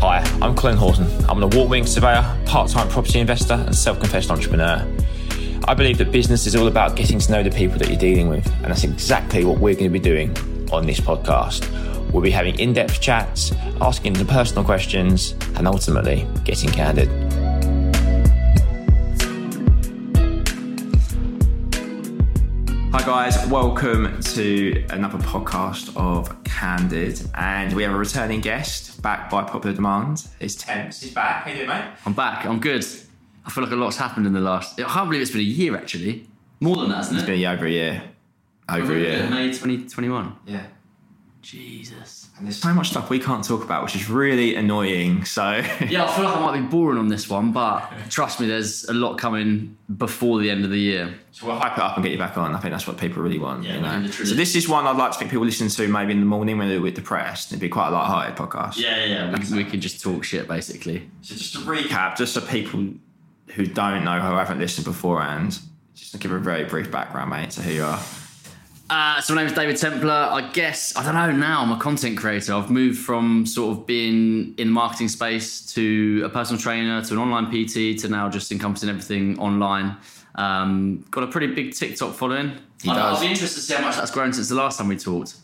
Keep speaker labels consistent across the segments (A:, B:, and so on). A: Colin Horton. I'm an award winning surveyor, part time property investor, and self confessed entrepreneur. I believe that business is all about getting to know the people that you're dealing with, and that's exactly what we're going to be doing on this podcast. We'll be having in depth chats, asking the personal questions, and ultimately getting candid. Hi, guys, welcome to another podcast of Candid. And we have a returning guest back by popular demand. It's Temps. He's back. How you doing, mate?
B: I'm back. I'm good. I feel like a lot's happened in the last. I can't believe it's been a year actually. More than that, isn't it?
A: It's been yeah, over a year. Over a
B: Yeah,
A: year.
B: May 2021.
A: Yeah.
B: Jesus.
A: And there's so much stuff we can't talk about, which is really annoying. So,
B: Yeah, I feel like I might be boring on this one, but trust me, there's a lot coming before the end of the year.
A: so we'll hype it up and get you back on. I think that's what people really want.
B: Yeah,
A: you
B: we're
A: know?
B: in the
A: So
B: truth.
A: this is one I'd like to think people listen to maybe in the morning when they're a bit depressed. It'd be quite a light-hearted podcast.
B: yeah, yeah. We, we can just talk shit basically.
A: So just to recap, just for people who don't know who haven't listened beforehand, just to give a very brief background, mate, to who you are.
B: Uh, so my name is David Templar. I guess I don't know. Now I'm a content creator. I've moved from sort of being in the marketing space to a personal trainer to an online PT to now just encompassing everything online. Um, got a pretty big TikTok following. He
A: does.
B: I'll be interested to see how much that's grown since the last time we talked.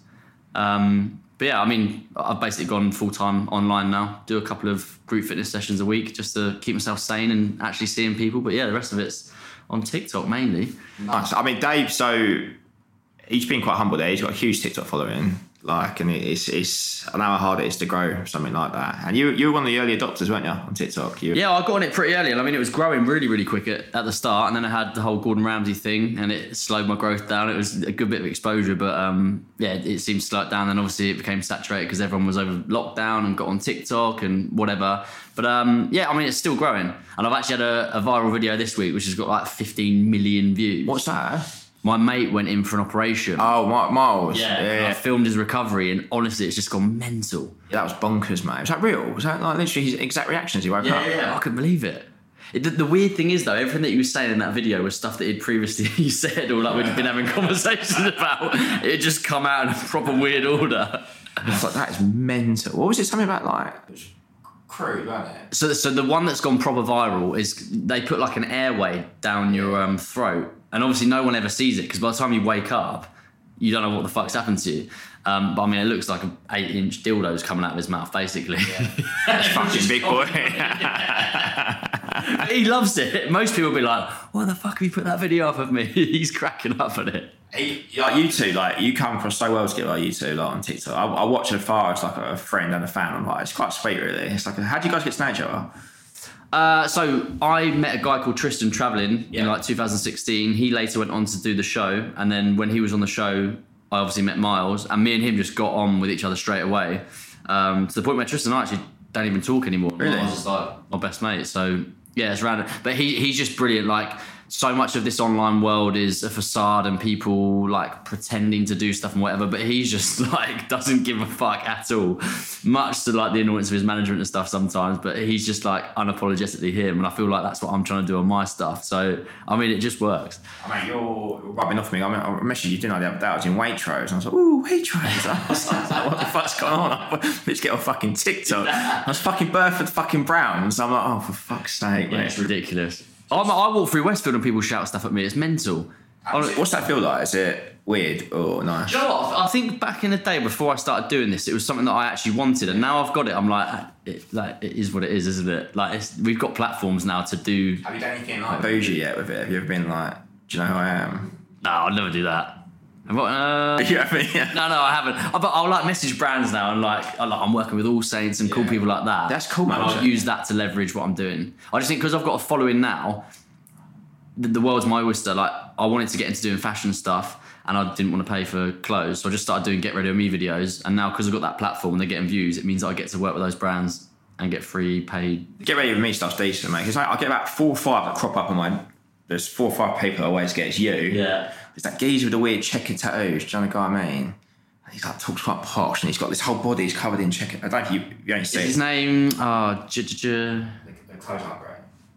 B: Um, but yeah, I mean, I've basically gone full time online now. Do a couple of group fitness sessions a week just to keep myself sane and actually seeing people. But yeah, the rest of it's on TikTok mainly.
A: Nice. I mean, Dave. So he's been quite humble there. He's got a huge TikTok following. Like, and it's it's I know how hard it is to grow something like that. And you you were one of the early adopters, weren't you, on TikTok? You,
B: Yeah, I got on it pretty early, and I mean, it was growing really, really quick at, at the start. And then I had the whole Gordon Ramsay thing, and it slowed my growth down. It was a good bit of exposure, but um, yeah, it seemed to slow it down. Then obviously, it became saturated because everyone was over lockdown and got on TikTok and whatever. But um, yeah, I mean, it's still growing. And I've actually had a, a viral video this week, which has got like 15 million views.
A: What's that?
B: My mate went in for an operation.
A: Oh, Mark Miles.
B: yeah, and I filmed his recovery, and honestly, it's just gone mental.
A: That was bonkers, mate. Was that real? Was that like literally his exact reactions? He woke up.
B: I couldn't believe it. It- the, the weird thing is, though, everything that you were saying in that video was stuff that he'd previously said or like we'd been having conversations about. It just come out in a proper weird order.
A: I thought that is mental. What was it? Something about like it was crude, wasn't it?
B: So, so the one that's gone proper viral is they put like an airway down your um, throat, and obviously no one ever sees it because by the time you wake up, you don't know what the fuck's happened to you. Um, but I mean, it looks like an eight-inch dildo's coming out of his mouth, basically.
A: That's fucking big boy.
B: he loves it. Most people will be like, "Why the fuck have you put that video up of me?" He's cracking up at it.
A: He- like you two, like you come across so well together, like you two, like on TikTok. I, I watch it far as like a friend and a fan. I'm like, it's quite sweet, really. It's like, how do you guys get to know each other?
B: Uh, so I met a guy called Tristan Travelin in like 2016. He later went on to do the show, and then when he was on the show, I obviously met Miles, and me and him just got on with each other straight away. Um, to the point where Tristan and I actually don't even talk anymore.
A: Really?
B: Miles is like my best mate. So yeah, it's random, but he he's just brilliant. Like so much of this online world is a facade and people like pretending to do stuff and whatever, but he's just like doesn't give a fuck at all. Much to like the annoyance of his management and stuff sometimes, but he's just like unapologetically him. And I feel like that's what I'm trying to do on my stuff. So I mean, it just works.
A: I mean, you're rubbing off me. I mean, I messaged you didn't I, the other day. I was in Waitrose, and I was like, "Ooh, Waitrose!" I was like, "What the fuck's going on?" I Let's get on fucking TikTok. I was fucking Burford fucking Brown, so I'm like, "Oh, for fuck's sake,
B: Yeah,
A: mate!"
B: it's ridiculous. I'm, I walk through Westfield and people shout stuff at me. It's mental. Honestly,
A: What's that feel like? Is it weird or nice?
B: Do you know what? I think back in the day before I started doing this, it was something that I actually wanted, and now I've got it. I'm like, it, like it is what it is, isn't it? Like it's, we've got platforms now to do.
A: Have you done anything like bougie yet with it? Have you ever been like, "Do you know who I am?"
B: No, I'll never do that. I've got- uh,
A: You know what I mean? Yeah.
B: no, no, I haven't. I, but I'll like message brands now and like, I, like I'm working with All Saints and cool
A: Yeah.
B: people like that.
A: That's cool, man.
B: And I'll use that to leverage what I'm doing. I just think because I've got a following now, the, the world's my oyster. Like I wanted to get into doing fashion stuff. And I didn't want to pay for clothes, so I just started doing get ready of me videos. And now, because I've got that platform and they're getting views, it means that I get to work with those brands and get free paid.
A: get ready with me stuff's decent, mate. Because I, I get about four or five that crop up on my. There's four or five people I always get. It's you.
B: Yeah.
A: It's that geezer with the weird checkered tattoos. Do you know the guy I mean? And he's like talks quite posh, and he's got this whole body. He's covered in checkered. I don't think you, you ain't seen.
B: His name? Oh, j- j- j-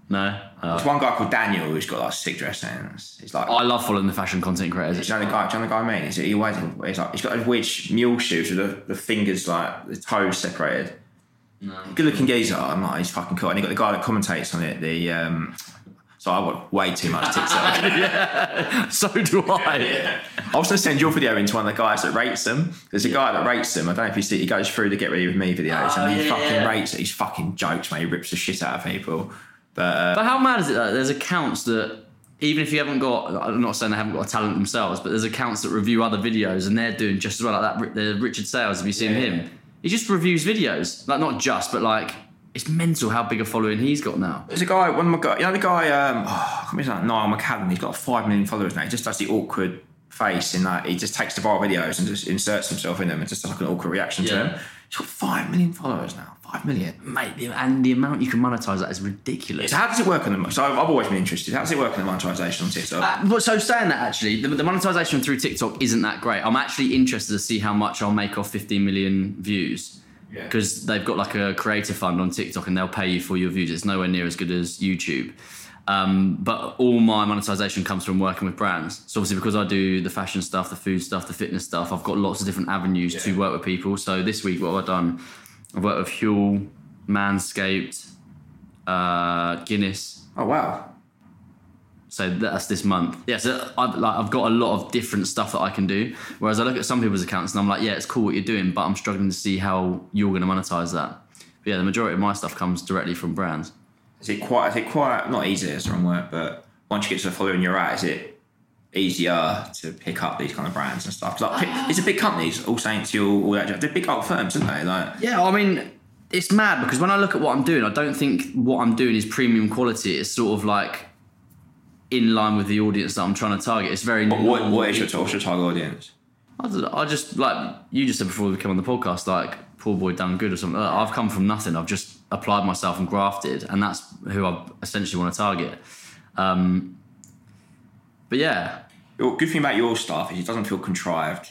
B: no. Oh.
A: There's one guy called Daniel who's got like sick dress sense. He's like.
B: I love following the fashion content creators.
A: do you know the guy? Do you know the guy I mean? He's, he always, he's like he's got those weird sh- mule shoes with the, the fingers like the toes separated. Good looking geezer. I'm like, he's fucking cool. And you got the guy that commentates on it. The um, so I watch way too much TikTok.
B: So do
A: I
B: I.
A: was going to send your video into one of the guys that rates them. There's a guy that rates them. I don't know if you see. He goes through the get ready with me videos,
B: Oh,
A: and he
B: yeah,
A: fucking
B: yeah.
A: rates it. He's fucking jokes, mate. He rips the shit out of people. But uh,
B: But how mad is it that there's accounts that even if you haven't got, I'm not saying they haven't got a talent themselves, but there's accounts that review other videos and they're doing just as well. Like that, the Richard Sales, have you seen
A: Yeah.
B: him? He just reviews videos, like not just, but like it's mental how big a following he's got now.
A: There's a guy, one of my guy, you know the guy, um, oh, I can't remember his name, Niall McCallum, he's got five million followers now. He just does the awkward face and like, he just takes the viral videos and just inserts himself in them and just does like an awkward reaction to
B: Yeah.
A: them. He's got five million followers now. Five million.
B: Mate, the- and the amount you can monetize that is ridiculous.
A: So how does it work on the so I've I've always been interested. How does it work on the monetization on TikTok?
B: Uh, well, so saying that actually, the, the monetization through TikTok isn't that great. I'm actually interested to see how much I'll make off 15 million views.
A: Yeah.
B: Because they've got like a creator fund on TikTok and they'll pay you for your views. It's nowhere near as good as YouTube. Um, but all my monetization comes from working with brands. So obviously, because I do the fashion stuff, the food stuff, the fitness stuff, I've got lots of different avenues to work with people. So this week, what I've done, I've worked with Huel, Manscaped, uh, Guinness,
A: Oh wow.
B: so that's this month. Yeah, so I've, like, I've got a lot of different stuff that I can do. Whereas I look at some people's accounts and I'm like, yeah, it's cool what you're doing, but I'm struggling to see how you're going to monetize that. But yeah, the majority of my stuff comes directly from brands.
A: Is it quite is it quite not easy is the wrong word, but once you get to the following you're at, is it easier to pick up these kind of brands and stuff? 'Cause, like it's a big companies, all Saints, all, all that they're big old firms, aren't they? Like
B: Yeah, I mean, it's mad because when I look at what I'm doing, I don't think what I'm doing is premium quality. It's sort of like in line with the audience that I'm trying to target. It's very.
A: What, what is your, what's your target audience?
B: I, don't know, I just like you just said before we came on the podcast, like poor boy done good or something. Like, I've come from nothing. I've just applied myself and grafted, and that's who I essentially want to target. Um, but yeah,
A: Your- Good thing about your stuff is it doesn't feel contrived.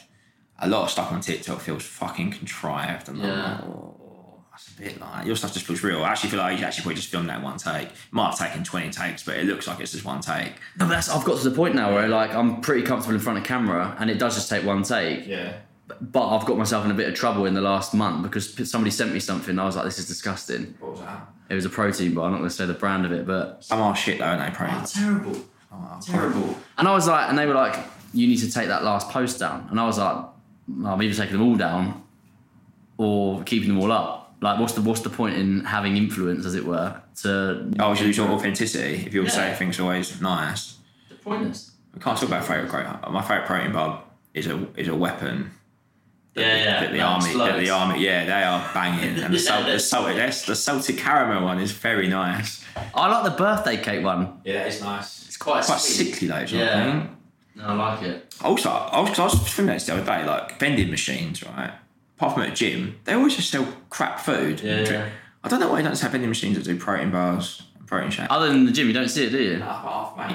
A: A lot of stuff on TikTok feels fucking contrived. And
B: Yeah.
A: like, oh, that's a bit like your stuff just looks real. I actually feel like you actually probably just filmed that one take. Might have taken twenty takes, but it looks like it's just one take.
B: no, but that's I've got to the point now where like I'm pretty comfortable in front of camera, and it does just take one take.
A: Yeah.
B: But I've got myself in a bit of trouble in the last month because somebody sent me something. And I was like, this is disgusting.
A: What was that?
B: It was a protein bar. I'm not going to say the brand of it, but
A: Some are shit though, aren't they? Probably.
B: terrible. terrible. And I was like, and they were like, you need to take that last post down. And I was like, well, I'm either taking them all down or keeping them all up. Like, what's the what's the point in having influence, as it were, to
A: Oh, you lose your authenticity if you're
B: Yeah.
A: saying things always nice.
B: pointless?
A: We can't talk about favorite protein. My favorite protein bar is a is a weapon.
B: Yeah, yeah.
A: that the army, that the army, yeah, they are banging. And the, salt, the salted, the salted caramel one is very nice.
B: I like the birthday cake one.
A: Yeah, that is nice.
B: It's quite,
A: Quite
B: sweet.
A: sickly though,
B: Yeah.
A: yeah.
B: No, I like it.
A: Also, I was, 'cause I was thinking this the other day, like vending machines, right? Apart from at a gym, they always just sell crap food. and
B: Yeah,
A: drink.
B: yeah.
A: I don't know why they don't have vending machines that do protein bars, and protein shakes.
B: Other than the gym, you don't see it, do you?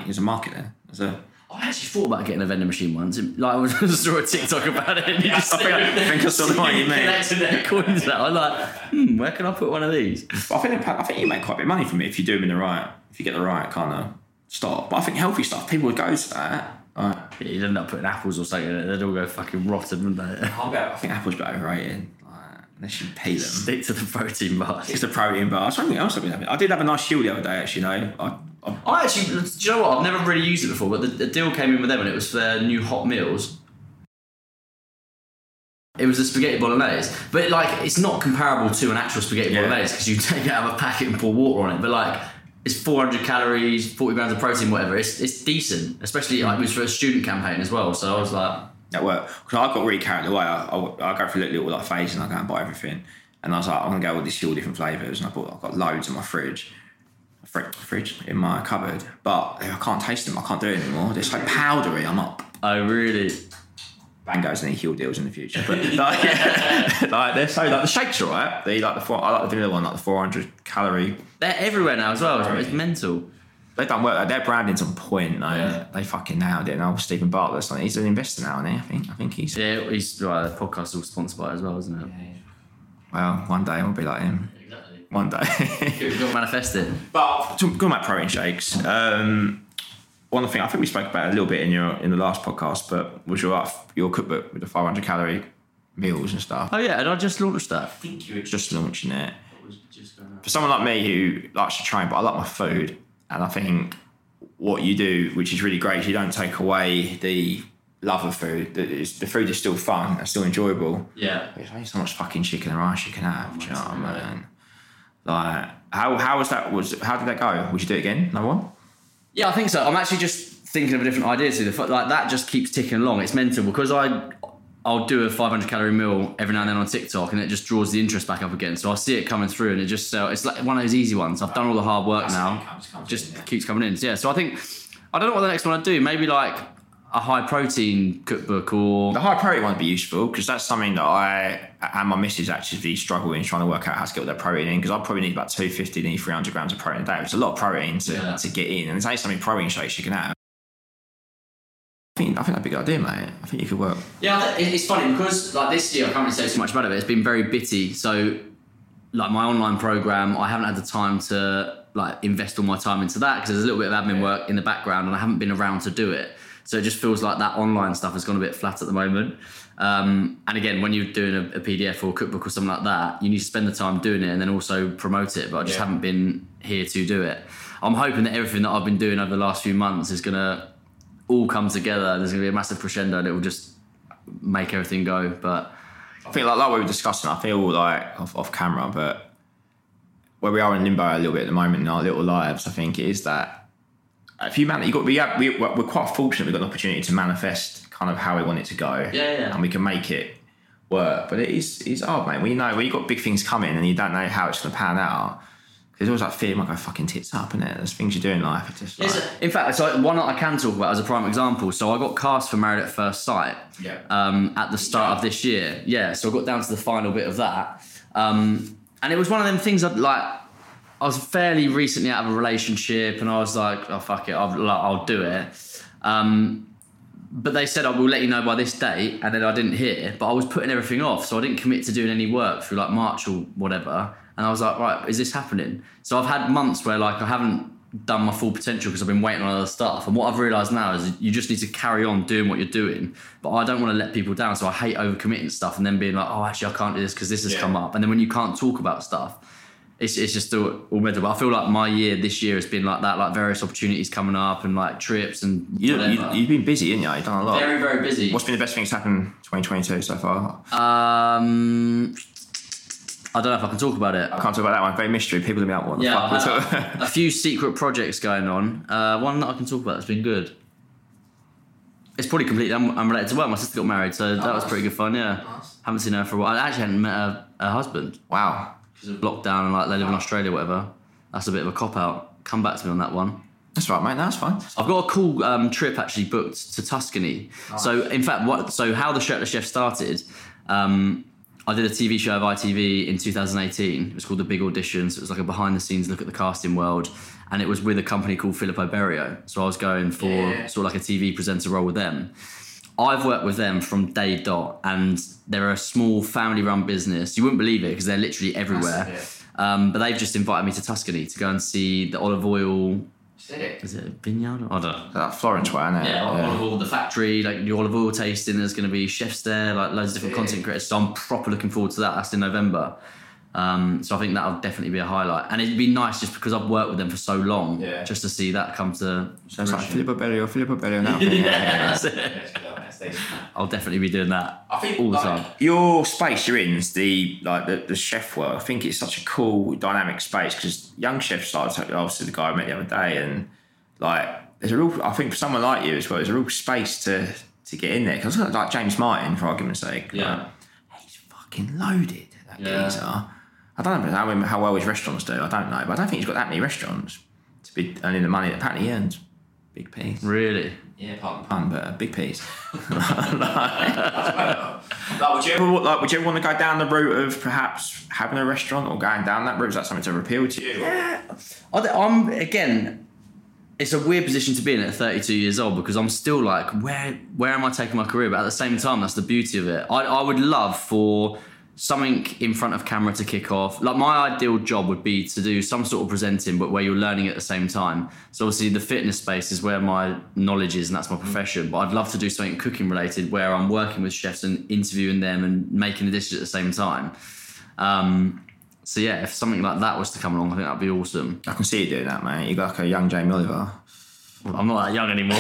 A: There's a market there. There's a,
B: I actually thought about getting a vending machine once. It- Like I just saw a TikTok about it, and you just
A: I think I- I think I saw the one you made.
B: Connected their coins out. I'm like, hmm, where can I put one of these?
A: I think they pa- I think you make quite a bit of money from it if you do them in the right, if you get the right kind of stop. But I think healthy stuff, people would go to that. Like,
B: You'd end up putting apples or something in it, they'd all go fucking rotten, wouldn't they?
A: I think Apple's a bit overrated. Like, they should pay them.
B: Stick to the protein bars.
A: It's the protein bar. That's something else I've been having. I did have a nice shield the other day, actually. No, I, I,
B: I actually, do you know what? I've never really used it before, but the, the deal came in with them and it was for their new hot meals. It was a spaghetti bolognese, but like it's not comparable to an actual spaghetti
A: Yeah.
B: bolognese because you take it out of a packet and pour water on it. But like it's 400 calories, 40 grams of protein, whatever. It's, it's decent, especially like it was for a student campaign as well. So I was like,
A: at work because I got really carried away. I, I, I go through a little like phase and I go and buy everything. And I was like, I'm gonna go with these all different flavors. And I bought, I've got loads in my fridge, fridge, fridge in my cupboard. But I can't taste them. I can't do it anymore. They're so powdery. I'm up.
B: oh really?
A: Bangos and heel deals in the future, but like, like they're so like the shakes are all right. They like the four, I like the vanilla one, like the 400 calorie.
B: They're everywhere now as well. It's, it's mental.
A: They don't work. Like, their branding's on point. Like, They fucking nailed it. And old Stephen Bartlett's like he's an investor now, and I think I think he's
B: Yeah, he's right. The podcast's all sponsored by it as well, isn't it?
A: well. One day I'll be like him.
B: Exactly.
A: One day.
B: We've got to manifest it.
A: But talking about protein shakes, um, one thing I think we spoke about it a little bit in your in the last podcast, but was your your cookbook with the 500 calorie meals and stuff?
B: Oh yeah, and I just launched that.
A: think you were just launching it.
B: was just going
A: for someone like me who likes to train, but I like my food, and I think what you do, which is really great, is you don't take away the love of food. The, it's- the food is still fun and still enjoyable.
B: Yeah.
A: There's only so much fucking chicken and rice you can have. do you know what
B: Honestly,
A: I mean? Like, how how was that? Was how did that go? Would you do it again? No one.
B: Yeah, I think so. I'm actually just thinking of a different idea to the fu- like that just keeps ticking along. It's mental because I I'll do a 500 calorie meal every now and then on TikTok, and it just draws the interest back up again. So I see it coming through, and it just so it's like one of those easy ones. I've done all the hard work now,
A: it comes- comes
B: just
A: in, yeah.
B: keeps coming in. So, yeah, so I think I don't know what the next one I'd do. Maybe like a high protein cookbook or
A: The high priority one would be useful because that's something that I and my missus actually struggle in trying to work out how to get all their protein in because I probably need about 250 nearly 300 grams of protein a day. It's a lot of protein to,
B: Yeah.
A: to get in, and it's only something protein shakes you can have. I think, I think that'd be a good idea, mate. I think you could work.
B: Yeah, it- it's funny because like this year I can't really say too much about it, but it's been very bitty. So like my online program, I haven't had the time to like invest all my time into that because there's a little bit of admin work in the background and I haven't been around to do it. So it just feels like that online stuff has gone a bit flat at the moment. Um, and again, when you're doing a, a PDF or a cookbook or something like that, you need to spend the time doing it and then also promote it. But I just
C: Yeah.
B: haven't been here to do it. I'm hoping that everything that I've been doing over the last few months is gonna all come together. There's gonna be a massive crescendo and it will just make everything go. But
A: I think like, like we were discussing, I feel like off, off camera, but where we are in limbo a little bit at the moment in our little lives, I think it is that if you man, you got we have, we, we're we're quite fortunate we've got an opportunity to manifest kind of how we want it to go,
B: Yeah, yeah.
A: and we can make it work. But it is it's hard, mate. When you know when you got big things coming and you don't know how it's going to pan out, there's always that fear, might go fucking tits up, and it? There's things you do in life. It's just like,
B: in fact, so one that I can talk about as a prime example. So I got cast for Married at First Sight.
A: Yeah. Uh,
B: Um, at the start of this year, yeah. So I got down to the final bit of that, um, and it was one of them things that like. I was fairly recently out of a relationship, and I was like, "Oh fuck it, I'll, like, I'll do it." Um, but they said I will let you know by this date, and then I didn't hear. But I was putting everything off, so I didn't commit to doing any work through like March or whatever. And I was like, right, is this happening? So I've had months where like I haven't done my full potential because I've been waiting on other stuff. And what I've realised now is you just need to carry on doing what you're doing. But I don't want to let people down, so I hate overcommitting stuff and then being like, oh, actually, I can't do this because this has
A: Yeah.
B: come up. And then when you can't talk about stuff, it's, it's just all, all mental. But I feel like my year this year has been like that, like various opportunities coming up and like trips and
A: you, you,
B: whatever.
A: you've been busy, haven't you? You've done a lot.
B: very very busy.
A: What's been the best thing that's happened 2022 so far?
B: Um, I don't know if I can talk about it.
A: I can't talk about that one. Very mystery. People will be like, what the
B: Yeah,
A: fuck? we
B: I-
A: talk-
B: a few secret projects going on. Uh, one that I can talk about that's been good. It's probably completely un- unrelated to work. My sister got married, so that was pretty good fun. Yeah, haven't seen her for a while. I actually hadn't met her, her husband
A: wow.
B: because of lockdown and like they live in Australia, or whatever. That's a bit of a cop out. Come back to me on that one.
A: That's right, mate. That's fine.
B: I've got a cool um, trip actually booked to Tuscany. So in fact, what so how the shirtless chef started? Um, I did a TV show of ITV in 2018. It was called The Big Audition. So it was like a behind the scenes look at the casting world, and it was with a company called Filippo Berio. So I was going for
A: Yeah.
B: sort of like a TV presenter role with them. I've worked with them from day dot, and they're a small family run business. You wouldn't believe it because they're literally everywhere. Um, but they've just invited me to Tuscany to go and see the olive oil. Is it a vineyard? I don't know.
A: That Florence way, isn't it?
B: Yeah, olive oil, the factory, like the olive oil tasting. There's going to be chefs there, like loads of different content creators. So I'm proper looking forward to that. That's in November. Um, so I think that'll definitely be a highlight, and it'd be nice just because I've worked with them for so long,
C: Yeah.
B: just to see that come to.
A: Sounds like
B: fruition.
A: Filippo Berio, Filippo Berio now. yeah, yeah, yeah.
B: I'll definitely be doing that.
C: I think
B: all the
C: like,
B: time.
A: Your space you're in, is the like the, the chef world. I think it's such a cool dynamic space because young chefs started. Obviously, the guy I met the other day, and like there's a real. I think for someone like you as well, there's a real space to to get in there. Because like James Martin, for argument's sake, like,
B: Yeah,
A: he's fucking loaded. That
B: Yeah.
A: geezer. I don't know how, how well his restaurants do. I don't know, but I don't think he's got that many restaurants to be earning the money that apparently he earns. Big piece.
B: really.
C: yeah, pardon.
A: Pun, but a big piece. like, would you ever like? Would you ever want to go down the route of perhaps having a restaurant or going down that route? Is that something to appeal to you?
B: I th- I'm again. It's a weird position to be in at 32 years old because I'm still like, where where am I taking my career? But at the same time, that's the beauty of it. I, I would love for something in front of camera to kick off. Like my ideal job would be to do some sort of presenting, but where you're learning at the same time. So obviously the fitness space is where my knowledge is, and that's my profession. But I'd love to do something cooking related where I'm working with chefs and interviewing them and making the dishes at the same time. Um, So yeah, if something like that was to come along, I think that'd be awesome.
A: I can see you doing that, mate. You got like a young Jamie Oliver.
B: I'm not that young anymore.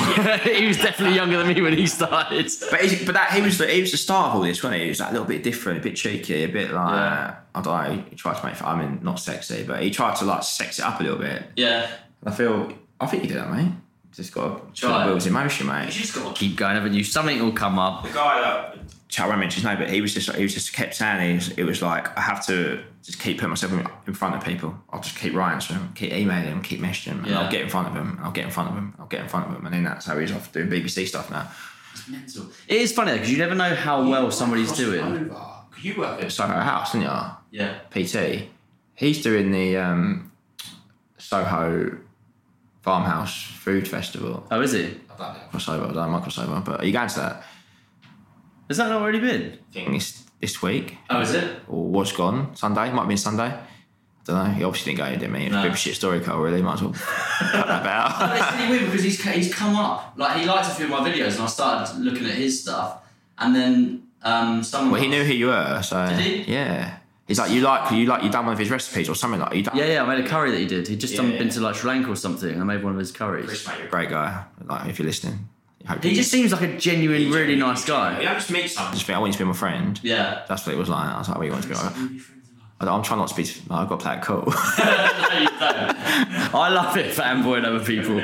B: he was definitely younger than me when he started.
A: But is, but that he was the he was the star of all this, wasn't he? He was like a little bit different, a bit cheeky, a bit like
B: Yeah.
A: I don't know. He tried to make. I mean, not sexy, but he tried to like sex it up a little bit.
B: Yeah.
A: I feel. I think you did that, mate. Just got to
B: Try
A: put
B: it.
A: wheels in motion, mate.
B: You just gotta keep going, haven't you? Something will come up.
A: The guy that I won't mention his name, but he was just like, he was just kept saying he was, it was like I have to just keep putting myself in, in front of people. I'll just keep writing to them, keep emailing them, keep messaging them, and
B: Yeah.
A: I'll get in front of them, and I'll get in front of them, I'll get in front of them, and then that's how he's off doing BBC stuff now.
B: Mental. It is funny though, because you never know how well somebody's doing.
A: Because you work at Soho House, didn't you?
B: Yeah.
A: PT, he's doing the um, Soho Farmhouse Food Festival.
B: Oh, is it?
A: I don't know. Crossover, I don't know my crossover, but are you going to that
B: Has that not already been?
A: thing this, this week?
B: Oh, is it?
A: Or was gone Sunday? Might have been Sunday. I don't know. He obviously didn't go, didn't he? It was a bit of
B: No.
A: a shit story, Carl, really. Might as well cut that bit out.
B: It's really weird because he's, he's come up. Like, he liked a few of my videos, and I started looking at his stuff. And then um, someone.
A: Well, he knew who you were, so.
B: Did he?
A: Yeah. He's like, you like, you like, you done one of his recipes or something like you done.
B: Yeah, yeah, I made a curry that he did. He'd just done,
A: Yeah.
B: been to like Sri Lanka or something and I made one of his curries.
A: Mate, you're a great guy. Like, if you're listening, I hope
B: He
A: you-
B: just seems like a genuine, really nice guy.
A: I just meet someone. Just think, I want you to be my friend.
B: Yeah.
A: That's what it was like. I was like, what you want to be? Like, I- I'm trying not to be. Like, I've got to play it cool.
B: I love it fanboying other people.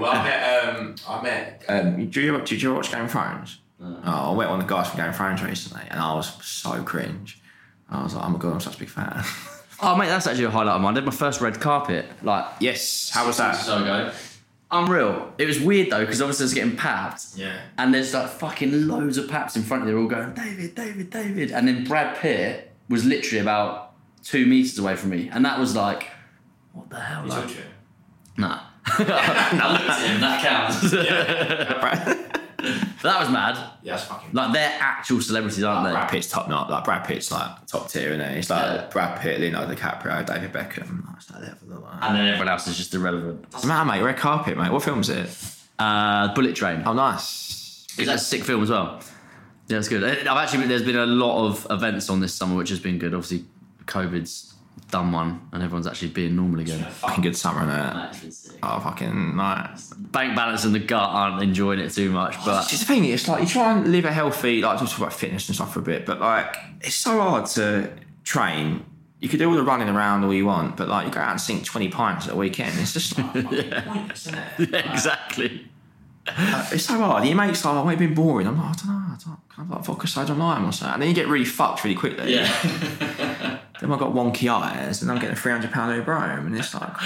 A: well, I met. Um, I met. Um, do you did you watch Game of Thrones? Oh, I met one of the guys from Game of Thrones recently, and I was so cringe. I was like, oh my god, I'm such a big fan.
B: Oh, mate, that's actually a highlight of mine. I did my first red carpet. Like,
A: yes. How was that?
B: so ago. Unreal. It was weird though, because obviously I was getting papped.
A: Yeah.
B: And there's like fucking loads of paps in front of you. They're all going, David, David, David. And then Brad Pitt was literally about two meters away from me. And that was like, what the hell? Like, nah. I looked at him, that counts. that was mad.
A: yeah, that's fucking.
B: Like, they're actual celebrities, aren't they?
A: Brad Pitt's top notch. Like Brad Pitt's like top tier, isn't it? It's like
B: Yeah.
A: Brad Pitt, Leonardo DiCaprio, David Beckham. Like, it's that level, like.
B: And then everyone else is just irrelevant.
A: Man, mate, red carpet, mate. What film is it?
B: Uh, Bullet Train.
A: Oh, nice.
B: Is that a sick film as well? Yeah, that's good. I've actually there's been a lot of events on this summer which has been good. Obviously, COVID's done one, and everyone's actually being normal again.
A: Fucking good summer, innit? Oh, fucking nice.
B: Bank balance and the gut aren't enjoying it too much, but
A: It's the thing, it's like you try and live a healthy, like, talk about fitness and stuff for a bit, but like, it's so hard to train. You could do all the running around all you want, but like, you go out and sink 20 pints at the weekend. It's just like, fucking pointless, isn't it?
B: exactly.
A: Like, it's so hard. Your mate's like, oh, it's been boring. I'm like, I don't know, I don't, can I have like vodka soda and lime or something? And then you get really fucked really quickly. Then I've got wonky eyes and I'm getting a £300 Uber home, and it's like,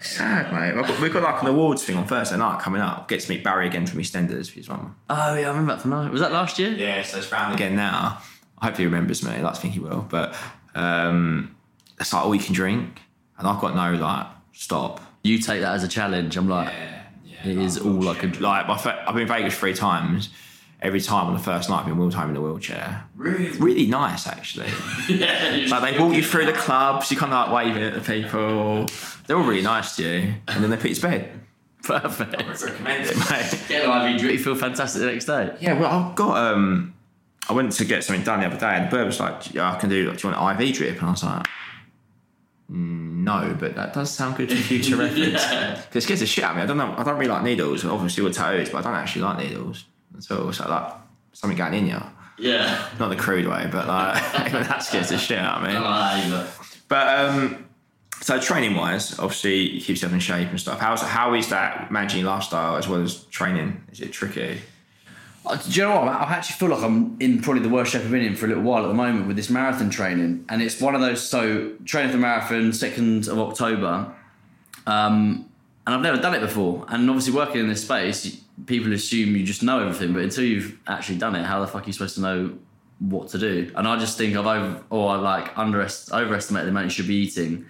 A: sad, mate. I've got, we've got like an awards thing on Thursday night coming up. Get to meet Barry again from EastEnders, he's one.
B: Oh yeah, I remember that from last. Was that last year?
A: Yeah, so it's round again now. I hope he remembers me. Like, I think he will. But um, that's like all you can drink, and I've got no like stop.
B: You take that as a challenge. I'm like, it is all I can.
A: Like my, fir- I've been to Vegas three times. Every time on the first night, I've been wheeled home in a wheelchair. Really, really nice actually. like they walk you through the clubs. You kind of like waving at the people. They're all really nice to you, and then they put you to bed.
B: Perfect.
A: Recommend it, mate.
B: Yeah, like, I mean, you feel fantastic the next day.
A: Yeah, well, I've got. um I went to get something done the other day, and Burb was like, "Yeah, I can do. Do you want an IV drip?" And I was like, "Mm, "No, but that does sound good for future reference." Because it scares the shit out of me. I don't know. I don't really like needles. Obviously, with tattoos, but I don't actually like needles at all. So like something going in you,
B: Yeah.
A: not the crude way, but like even that scares the shit out of me.
B: Ah,
A: But um, so training wise, obviously, you keep yourself in shape and stuff. How's how is that managing your lifestyle as well as training? Is it tricky?
B: Uh, Do you know what? I actually feel like I'm in probably the worst shape I've been in for a little while at the moment with this marathon training, and it's one of those. So training for the marathon, second of October, um, and I've never done it before. And obviously, working in this space, y- people assume you just know everything, but until you've actually done it, how the fuck are you supposed to know what to do? And I just think I've over or I like underest overestimated the amount you should be eating,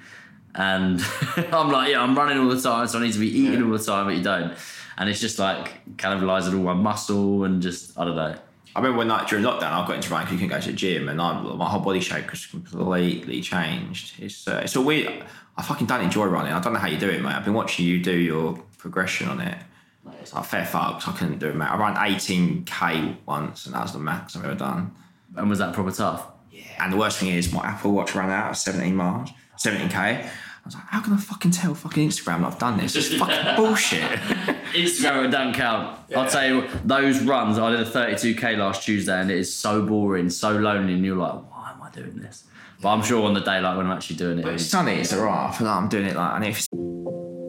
B: and I'm like, yeah, I'm running all the time, so I need to be eating all the time, but you don't. And it's just like cannibalizing all my muscle and just I don't know.
A: I remember when like during lockdown, I got into running 'cause you couldn't go to the gym, and I, my whole body shape was completely changed. It's uh, it's a weird. I fucking don't enjoy running. I don't know how you do it, mate. I've been watching you do your progression on it. It's like fair fucks. I couldn't do it, mate. I ran 18k once, and that was the max I've ever done.
B: And was that proper tough?
A: Yeah, And the worst thing is, my Apple Watch ran out of 17 miles, 17k. I was like, how can I fucking tell fucking Instagram that I've done this? It's fucking bullshit.
B: Instagram and don't count. I'll tell you, what, those runs, I did a 32k last Tuesday and it is so boring, so lonely, and you're like, why am I doing this? But I'm sure on the day, like when I'm actually doing it,
A: It's
B: it's-
A: sunny, it's alright. I feel like I'm doing it like, and if it's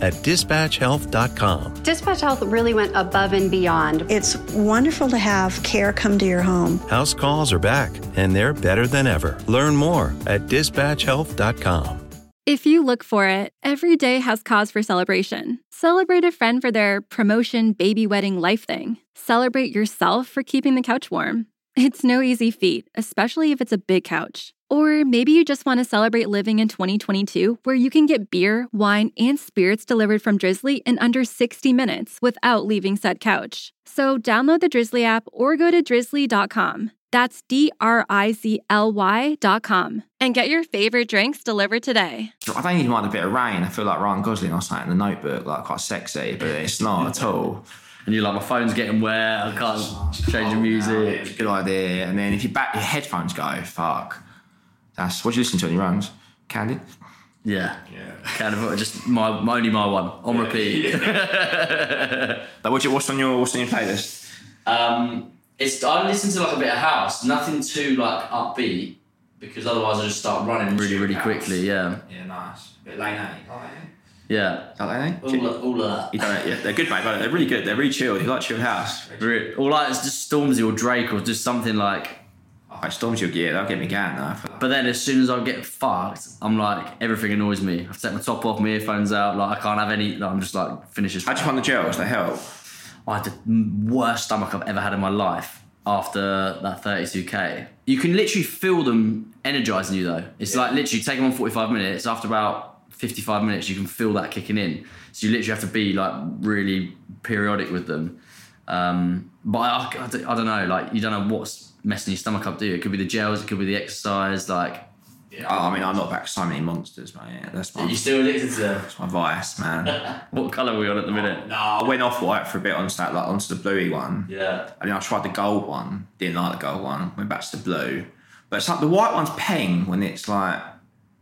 D: at dispatchhealth.com.
E: Dispatch Health really went above and beyond.
F: It's wonderful to have care come to your home.
D: House calls are back, and they're better than ever. Learn more at dispatchhealth.com.
G: If you look for it, every day has cause for celebration. Celebrate a friend for their promotion, baby wedding, life thing. Celebrate yourself for keeping the couch warm. It's no easy feat, especially if it's a big couch. Or maybe you just want to celebrate living in 2022 where you can get beer, wine, and spirits delivered from Drizzly in under 60 minutes without leaving said couch. So download the Drizzly app or go to drizzly.com. That's D R I Z L Y.com and get your favorite drinks delivered today.
A: I don't even mind a bit of rain. I feel like Ryan Gosling or something in the notebook, like quite sexy, but it's not at all.
B: and you're like, my phone's getting wet, I can't change
A: Oh,
B: the music.
A: Good idea. And then if you back your headphones go, fuck. That's what do you listen to on your runs? Candid?
B: Yeah. Yeah. Kind of just my, my only my one on repeat.
A: Like what's, your, what's on your what's on your playlist?
B: Um, it's I listen to like a bit of house, nothing too like upbeat, because otherwise I just start running really, really
A: House.
B: quickly. Yeah,
A: Yeah, nice. bit lane eight.
B: yeah.
A: Like
B: All, of- all of
A: You don't, yeah, they're good, mate. but They're really good. They're really chilled. You like chilled house.
B: that. Re- Or like it's just Stormzy or Drake or just something like.
A: I storms your gear. They'll get me going. though. I feel like-
B: But then as soon as I get fucked, I'm like everything annoys me. I've set my top off, my earphones out. Like I can't have any. Like, I'm just like finish this.
A: I just want the gels. They help.
B: I had the worst stomach I've ever had in my life after that 32k. You can literally feel them energizing you though. It's like literally take them on 45 minutes. After about 55 minutes, you can feel that kicking in. So you literally have to be like really periodic with them. Um, but I, I don't- I don't know. Like you don't know what's messing your stomach up, do you? It could be the gels. It could be the exercise. Like
A: I I mean, I'm not back to so many monsters, mate. Yeah, that's my,
B: still addicted to them.
A: that's my vice, man.
B: What color are we on at the minute?
A: I went off white for a bit on that, like onto the bluey one.
B: Yeah.
A: And then I tried the gold one. Didn't like the gold one. Went back to the blue. But it's like the white one's peng when it's like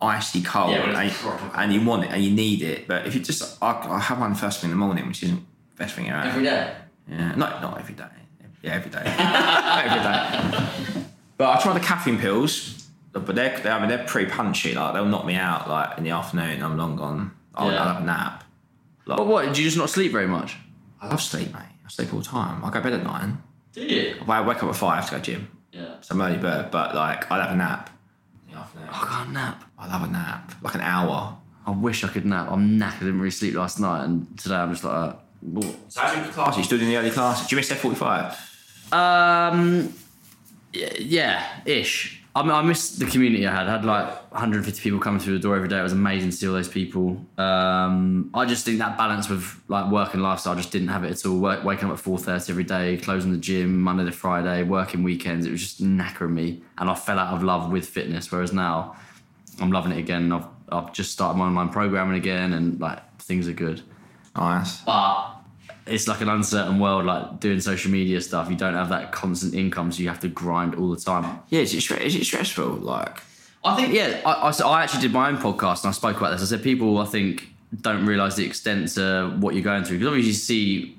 A: icy cold
B: Yeah, when it's
A: and,
B: proper.
A: and you want it and you need it. But if you just, I, I have one first thing in the morning, which isn't the best thing around.
B: day.
A: Yeah, not not every day. Yeah, every day. Not every day. But I try the caffeine pills, but they're they, I mean they're pretty punchy. Like they'll knock me out like in the afternoon. I'm long gone. I'll,
B: Yeah.
A: I'll have a nap.
B: But Oh, what? Do you just not sleep very much?
A: I love sleep, mate. I sleep all the time. I go to bed at nine.
B: Do you?
A: I wake up at five to go gym.
B: Yeah.
A: So I'm early bird, but like I'll have a nap. In the afternoon.
B: I can't nap.
A: I'll have a nap, like an hour.
B: I wish I could nap. I'm knackered. I didn't really sleep last night, and today I'm just like, uh, "Whoa."
A: So how's your class? You still doing the early class? Do you miss F45?
B: um, y- yeah, ish. I mean, I missed the community I had. I had like 150 people coming through the door every day. It was amazing to see all those people. Um, I just think that balance with like work and lifestyle, I just didn't have it at all. Work, waking up at 4:30 every day, closing the gym Monday to Friday, working weekends. It was just knackering me, and I fell out of love with fitness. Whereas now, I'm loving it again. I've I've just started my online programming again, and like things are good.
A: Nice.
B: but it's like an uncertain world like doing social media stuff you don't have that constant income so you have to grind all the time
A: Yeah, is it, stre- is it stressful? Like,
B: i think yeah i, I, so I actually did my own podcast and i spoke about this i said people i think don't realize the extent to what you're going through because obviously you see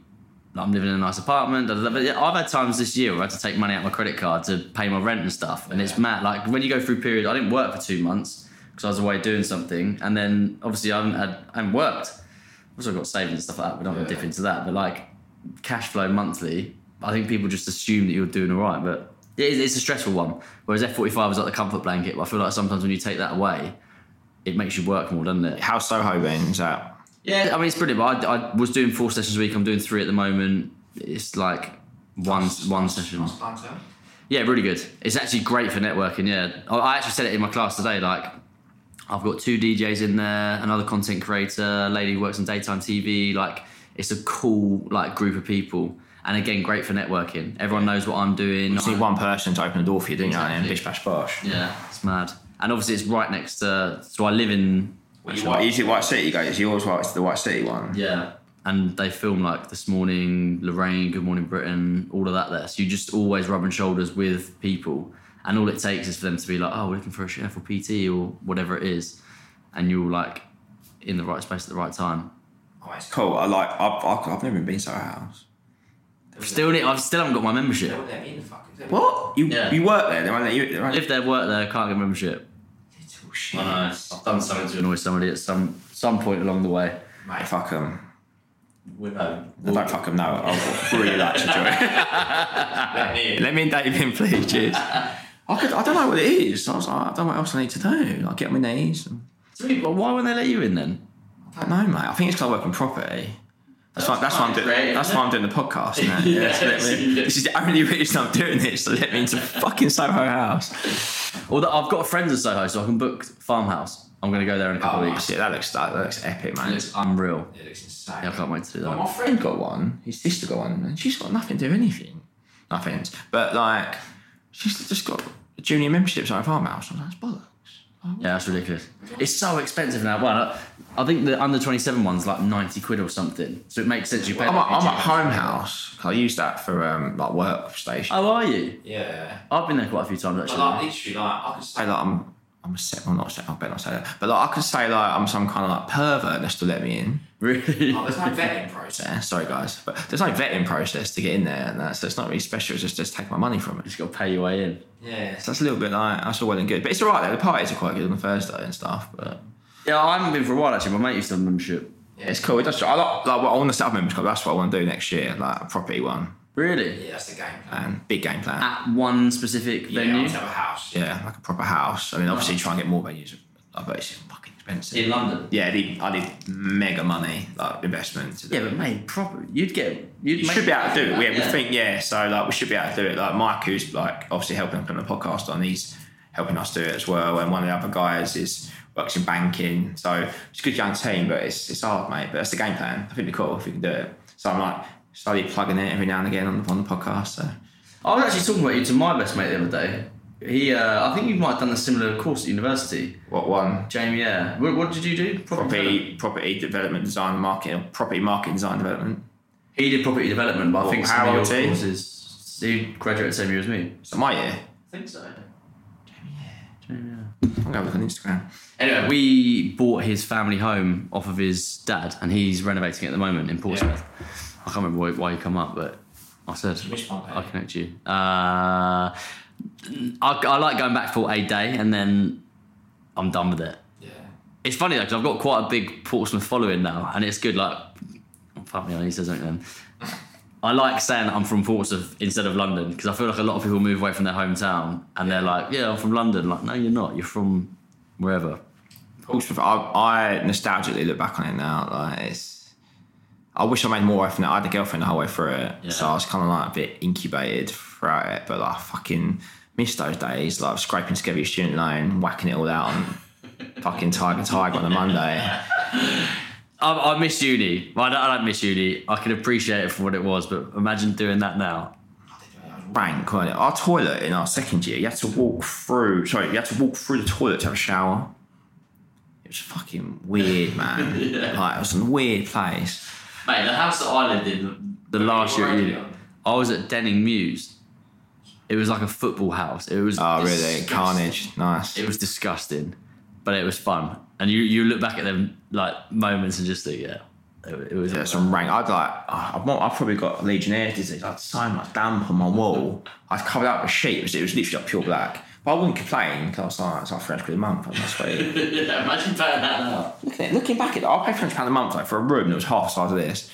B: like, I'm living in a nice apartment. Da, da, da. But yeah, I've had times this year where I had to take money out of my credit card to pay my rent and stuff, and it's mad. Like when you go through periods, I didn't work for two months because I was away doing something, and then obviously I haven't had, I haven't worked. Also got savings and stuff like that. We don't want to dip into that, but like cash flow monthly, I think people just assume that you're doing all right, but It is, it's a stressful one. Whereas F45 is like the comfort blanket. But I feel like sometimes when you take that away, it makes you work more, doesn't it?
A: How's Soho been? Is that
B: Yeah, I mean it's brilliant. But I, I was doing four sessions a week. I'm doing three at the moment. It's like one one session. Yeah, really good. It's actually great for networking. Yeah, I- I actually said it in my class today. Like, I've got two DJs in there, another content creator, a lady who works on daytime TV. Like, it's a cool like group of people, and again, great for networking. Everyone knows what I'm doing.
A: you just need one person to open the door for you, didn't you? And then bish
B: Exactly.
A: bash bosh.
B: Yeah, it's mad. And obviously, it's right next to. So I live in.
A: White, usually White City goes. Yours White, the White City one.
B: Yeah. And they film like this morning, Lorraine, Good Morning Britain, all of that there. So you just always rubbing shoulders with people. And all it takes is for them to be like, oh, we're looking for a chef or PT or whatever it is. And you're like in the right space at the right time.
A: Oh, it's cool. I like. I've, I've, I've never been to Soho House.
B: I've still, ne- I've still haven't got my membership.
A: What? You
B: Yeah.
A: you work there? They won't let you. They won't
B: If they work there, can't get membership.
A: shit.
B: I know. I've done something to annoy somebody at some some point along the way.
A: Mate, fuck them.
B: We know.
A: I don't fuck them. No, I really like to join. Let me and Dave in, please. Cheers. I, could, I don't know what it is. I was like, I don't know what else I need to do. Like, get on my knees. And,
B: Sweet, but why wouldn't they let you in then?
A: I don't know, mate. I think it's because I work in property. That's, why, that's, why I'm doing,
B: great.
A: that's why I'm doing the podcast now. Yeah, so let me- This is the only reason I'm doing this. So let me into fucking Soho House.
B: Oh, Although I've got friends in Soho, so I can book Farmhouse. I'm going to go there in a couple of
A: Oh,
B: weeks.
A: shit, that looks, that looks epic, man.
B: unreal.
A: It looks insane.
B: Yeah, I can't wait to do that.
A: Like, my friend got one. His sister got one, and she's got nothing to do anything. No offense, but like, she's just got a junior membership at a farmhouse. I'm like, that's bollocks.
B: Yeah, that's ridiculous. It's so expensive now. Well, I think the under 27 one's like 90 quid or something. So it makes sense you pay.
A: I'm
B: that
A: at, I'm
B: much.
A: at home house. I use that for um like workstation.
B: Oh, are you?
A: yeah.
B: I've been there quite a few times actually.
A: literally, like I could say like I'm. I'm a set. I'm not a set. I better not say that. But like, I could say like I'm some kind of like pervert that's to let me in.
B: really?
A: no vetting process. Sorry guys, but there's no vetting process to get in there, and that, so it's not really special. It's just just take my money from it.
B: Just got to pay your way in.
A: Yeah, so that's a little bit like that's all well and good, but it's all right though. The parties are quite good on the Thursday and stuff, but
B: Yeah, I haven't been for a while actually. My mate used to have a membership.
A: yeah, it's cool. It does. I like, like what I want to set up members club. That's what I want to do next year, like a property one
B: Really?
A: that's the game plan. and big game plan.
B: At one specific venue
A: house. Yeah, like a proper house. I mean, obviously try and get more venues. I bet it's fucking expensive.
B: in London.
A: yeah, I need, I need mega money, like investment. To do
B: Yeah, but mate, proper. You'd get. You'd
A: You
B: make-
A: should be able to do it. Yeah, we think yeah. So like we should be able to do it. Like Mike, who's like obviously helping put the podcast on, he's helping us do it as well. And one of the other guys is works in banking, so it's a good young team, but it's it's hard, mate. But that's the game plan. I think it'd be cool if we can do it. So I'm like slowly plugging it every now and again on the on the podcast. So
B: I was actually talking about you to my best mate the other day. He, uh, I think you might have done a similar course at university.
A: what one?
B: Jamie, yeah. What, what did you do? Property. development.
A: Property, property development design and marketing, or property market design development.
B: He did property development, but I think some
A: how
B: of
A: old is
B: your
A: he?
B: courses. He graduated the same year as me.
A: So my year,
B: I think so.
A: I'm gonna look on Instagram.
B: Anyway, we bought his family home off of his dad, and he's renovating it at the moment in Portsmouth. I can't remember why, why you come up, but I said
A: Which one,
B: I'll connect you. Uh, I, I like going back for a day, and then I'm done with it.
A: Yeah.
B: It's funny though, 'cause I've got quite a big Portsmouth following now, and it's good. Like, oh, fuck me, I need to say something then. I like saying that I'm from Portsmouth instead of London because I feel like a lot of people move away from their hometown and they're like, "Yeah, I'm from London." Like, no, you're not. You're from wherever.
A: Portsmouth, I, I nostalgically look back on it now. Like it's, I wish I made more effort. I had a girlfriend the whole way through it, so I was kind of like a bit incubated throughout it. But like, I fucking miss those days. Like scraping together your student loan, whacking it all out on fucking Tiger Tiger on a Monday.
B: I, I miss uni. Well, I don't, I don't miss uni. I can appreciate it for what it was, but imagine doing that now.
A: Rank, wasn't it? Our toilet in our second year, you had to walk through. Sorry, you had to walk through the toilet to have a shower. It was fucking weird, man. Like it was a weird place.
B: Mate, the house that I lived in the last year at uni, I was at Denning Mews. It was like a football house. It was
A: Oh, really?
B: disgusting.
A: Carnage. Nice.
B: It was disgusting, but it was fun. And you you look back at them like moments and just think, yeah, it, it was.
A: Yeah, some rank. I'd like, oh, I've, not- I've probably got Legionnaires disease. I'd so much damp on my wall. I'd covered up with sheet. It was, it was literally like pure black. But I wouldn't complain because I was like, it's like 300 quid a month. and That's what
B: imagine paying that now.
A: looking, at, looking back at it, I paid 300 pounds a month like, for a room that was half the size of this.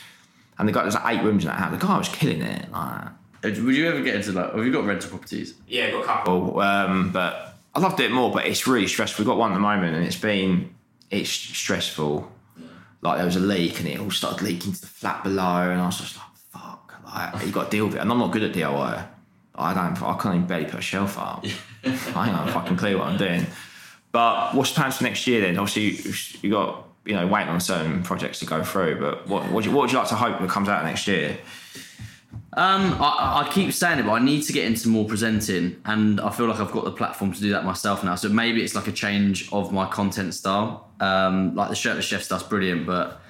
A: And the guy, there's like eight rooms in that house. The guy was killing it. Like,
B: Would you ever get into like? Have you got rental properties?
A: Yeah, I've got a couple. Um, but I loved it more, but it's really stressful. We've got one at the moment and it's been it's stressful. Like there was a leak and it all started leaking to the flat below and I was just like, fuck, like you gotta deal with it. And I'm not good at DIY. I don't I can't even barely put a shelf up. I ain't got a fucking clue what I'm doing. But what's the plans for next year then? Obviously you you got you know, waiting on certain projects to go through, but what what, do you, what would you like to hope that comes out next year?
B: Um, I, I keep saying it, but I need to get into more presenting, and I feel like I've got the platform to do that myself now. So maybe it's like a change of my content style. Um, like the shirtless chef stuff's brilliant, but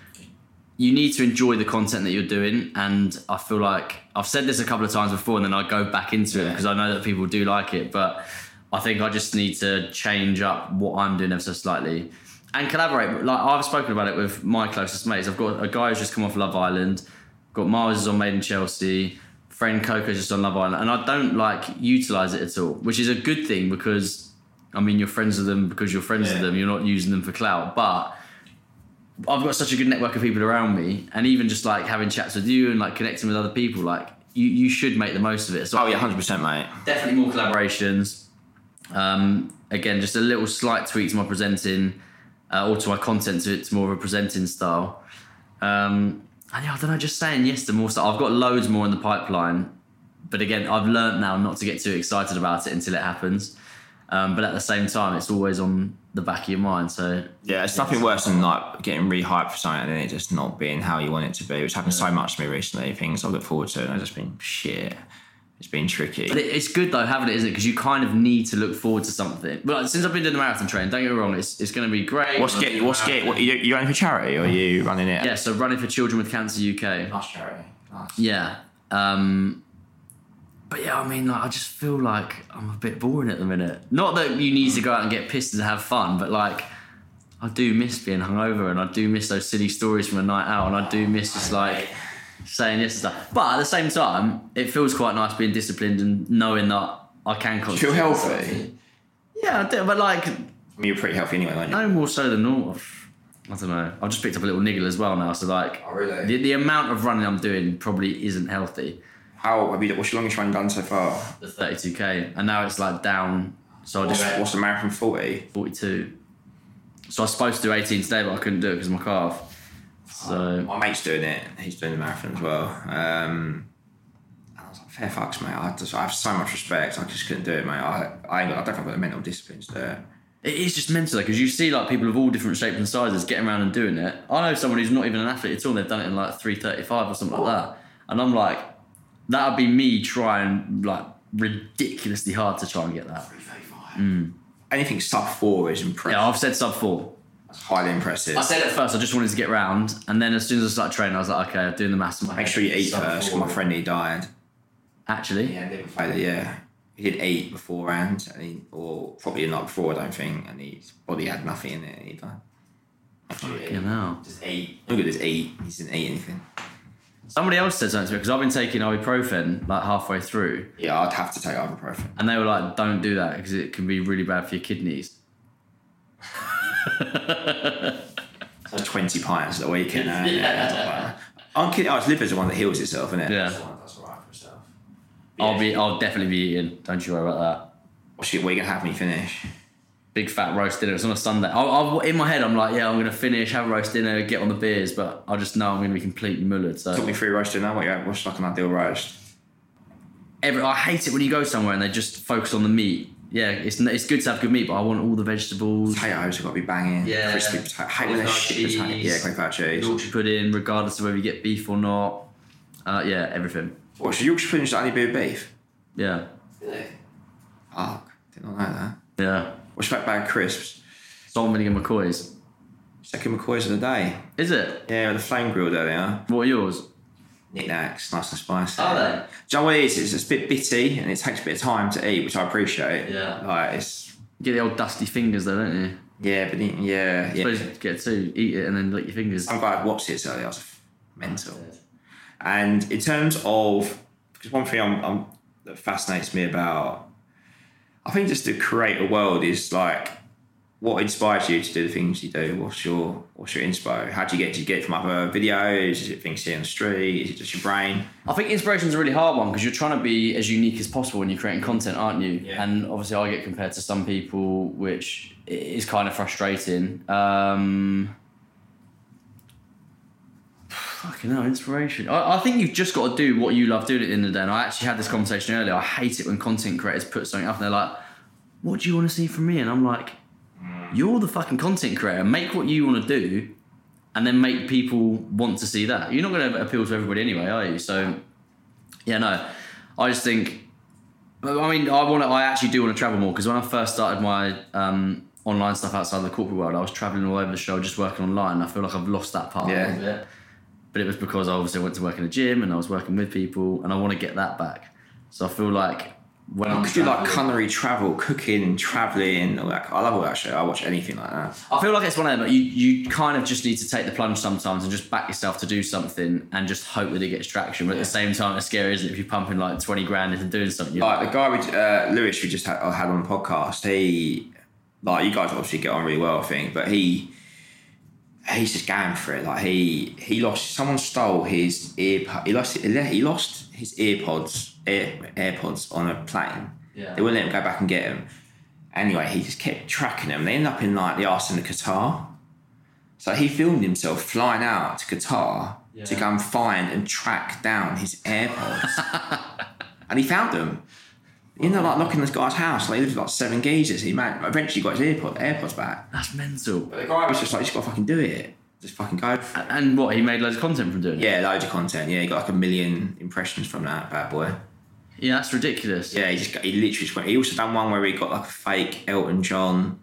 B: you need to enjoy the content that you're doing. And I feel like I've said this a couple of times before, and then I go back into it because I know that people do like it. But I think I just need to change up what I'm doing ever so slightly and collaborate. Like I've spoken about it with my closest mates. I've got a guy who's just come off Love Island. Got Miles is on Made in Chelsea. Friend Coco's just on Love Island, and I don't like utilize it at all, which is a good thing because I mean you're friends with them because you're friends with them. You're not using them for clout, but I've got such a good network of people around me, and even just like having chats with you and like connecting with other people, like you you should make the most of it. So
A: Oh yeah, hundred percent, mate.
B: definitely more collaborations. Um, again, just a little slight tweak to my presenting uh, or to my content to it's more of a presenting style. Um, and yeah, I don't know, just saying yes to more stuff. I've got loads more in the pipeline, but again, I've learned now not to get too excited about it until it happens. Um, but at the same time, it's always on the back of your mind. So
A: Yeah, it's nothing worse than like getting really hyped for something and then it just not being how you want it to be, which happened so much to me recently. Things I look forward to and I've just been shit. It's been tricky.
B: But it- it's good though having it, isn't it? Because you kind of need to look forward to something. But like, since I've been doing the marathon train, don't get me wrong, it's, it's going to be great.
A: what's get? What's get? What, you you running for charity or are you running it?
B: uh, Yeah, so running for children with cancer UK.
A: nice charity. Nice.
B: Yeah. Um, but yeah, I mean, like, I just feel like I'm a bit boring at the minute. Not that you need to go out and get pissed and have fun, but like, I do miss being hungover and I do miss those silly stories from a night out and I do miss just like saying yes to stuff. But at the same time, it feels quite nice being disciplined and knowing that I can concentrate.
A: You're healthy.
B: Yeah, I do, but like,
A: You're pretty healthy anyway, aren't you?
B: no more so than normal. I don't know. I've just picked up a little niggle as well now, so like,
A: Oh, really?
B: the, the amount of running I'm doing probably isn't healthy.
A: How have you? What's your longest run done so far?
B: the 32k and now it's like down so i
A: What's,
B: just
A: what's the marathon forty?
B: 42 so i was supposed to do 18 today but i couldn't do it because of my calf so
A: My mate's doing it. He's doing the marathon as well. Um, and I was like, fair fucks, mate. I, just, I have so much respect. I just couldn't do it, mate. I, I, ain't got, I don't think I've got the mental disciplines there.
B: it is just mental because you see like people of all different shapes and sizes getting around and doing it i know someone who's not even an athlete at all and they've done it in like 335 or something like that and i'm like that would be me trying like ridiculously hard to try and get that
A: Anything sub four is impressive.
B: Mm. yeah i've said sub four
A: It's highly impressive.
B: I said at first I just wanted to get round, and then as soon as I started training, I was like, okay, I'm doing the maths. in my
A: Make
B: head.
A: sure you eat
B: Sub
A: first. 'cause
B: four.
A: My friend he died.
B: Actually,
A: Yeah, liver failure. Yeah, he didn't eat beforehand, and he, or probably the night before, I don't think, and his body had nothing in it, and he died.
B: you know.
A: Just eat. Look at this eat. He didn't eat anything.
B: Somebody else said something to me because I've been taking ibuprofen like halfway through,
A: Yeah, I'd have to take ibuprofen.
B: and they were like, "Don't do that because it can be really bad for your kidneys."
A: That's twenty pints at the weekend. eh? yeah. that's alright. I'm kidding. Oh, it's liver's the one that heals itself, isn't it?
B: Yeah.
A: That's the one that's alright for itself.
B: I'll be, I'll definitely be eating. Don't you worry about that.
A: What shit? What are you gonna have when you finish?
B: Big fat roast dinner. It's on a Sunday. I, I, in my head, I'm like, "Yeah, I'm gonna finish, have a roast dinner, get on the beers," but I just know I'm gonna be completely mullered. So
A: Talk me through roasting now. What you have? What's like an ideal roast?
B: every I hate it when you go somewhere and they just focus on the meat. Yeah, it's n- it's good to have good meat, but I want all the vegetables.
A: Potatoes have got to be banging.
B: Yeah.
A: Crispy potato. Hate when
B: With
A: they're
B: no
A: shit potato.
B: cheese.
A: Yeah, quaker cheese.
B: Yorkshire pudding, regardless of whether you get beef or not. Uh, yeah, everything.
A: What's your Yorkshire pudding? Is that any bit of beef?
B: Yeah,
A: Fuck. Did not know that.
B: yeah.
A: What's about bag of crisps?
B: Salt and vinegar McCoys.
A: Second McCoy's of the day.
B: Is it?
A: Yeah, with the flame grilled earlier.
B: What are yours?
A: Knickknacks, nice and spicy.
B: Are they?
A: Do you know what it is? It's, it's a bit bitty and it takes a bit of time to eat, which I appreciate.
B: Yeah.
A: Like it's
B: You get the old dusty fingers though, don't you?
A: yeah, but it- yeah, Um, yeah.
B: Suppose you get two, eat it, and then lick your fingers.
A: I'm glad I watched it earlier. I was mental. And in terms of, because one thing I'm, I'm, that fascinates me about, I think just to create a world is like what inspires you to do the things you do? What's your what's your inspo? How do you get? Do you get it from other videos? Is it things you see on the street? Is it just your brain?
B: I think inspiration is a really hard one because you're trying to be as unique as possible when you're creating content, aren't you?
A: Yeah.
B: And obviously, I get compared to some people, which i- is kind of frustrating. Um, fucking hell, inspiration. I, I think you've just got to do what you love doing at the end of the day. And I actually had this conversation earlier. I hate it when content creators put something up and they're like, what do you want to see from me? And I'm like, you're the fucking content creator. Make what you want to do and then make people want to see that. You're not going to appeal to everybody anyway, are you? So, yeah, no. I just think, but, I mean, I want to. I actually do want to travel more because when I first started my um, online stuff outside of the corporate world, I was traveling all over the show, just working online. I feel like I've lost that part
A: Yeah.
B: of it. But it was because I obviously went to work in a gym and I was working with people, and I want to get that back. So I feel like when I'm
A: Because you like
B: traveling-
A: culinary travel, cooking, traveling, all that. I love all that shit. I watch anything like that.
B: I feel like it's one of them. You you kind of just need to take the plunge sometimes and just back yourself to do something and just hope that it gets traction. But at the same time, it's scary, isn't it? If you're pumping like twenty grand into doing something, you're
A: Like the guy with uh, Lewis, who just had, I had on the podcast, he like you guys obviously get on really well, I think, but he he's just going for it. Like he he lost someone stole his ear he lost he lost his earpods ear, AirPods on a plane.
B: Yeah.
A: They wouldn't let him go back and get them. Anyway, he just kept tracking them. They end up in like the arse in the Qatar. So he filmed himself flying out to Qatar to go and find and track down his AirPods. and he found them. You know, like knocking this guy's house, like he lived with, like seven geezers. He man, eventually got his AirPod, AirPods back.
B: that's mental.
A: But the guy was just like, you just gotta fucking do it. Just fucking go. for it."
B: And what he made loads of content from doing it.
A: Yeah, loads of content. Yeah, he got like a million impressions from that bad boy.
B: Yeah, that's ridiculous.
A: Yeah, he just got, he literally just went. He also done one where he got like a fake Elton John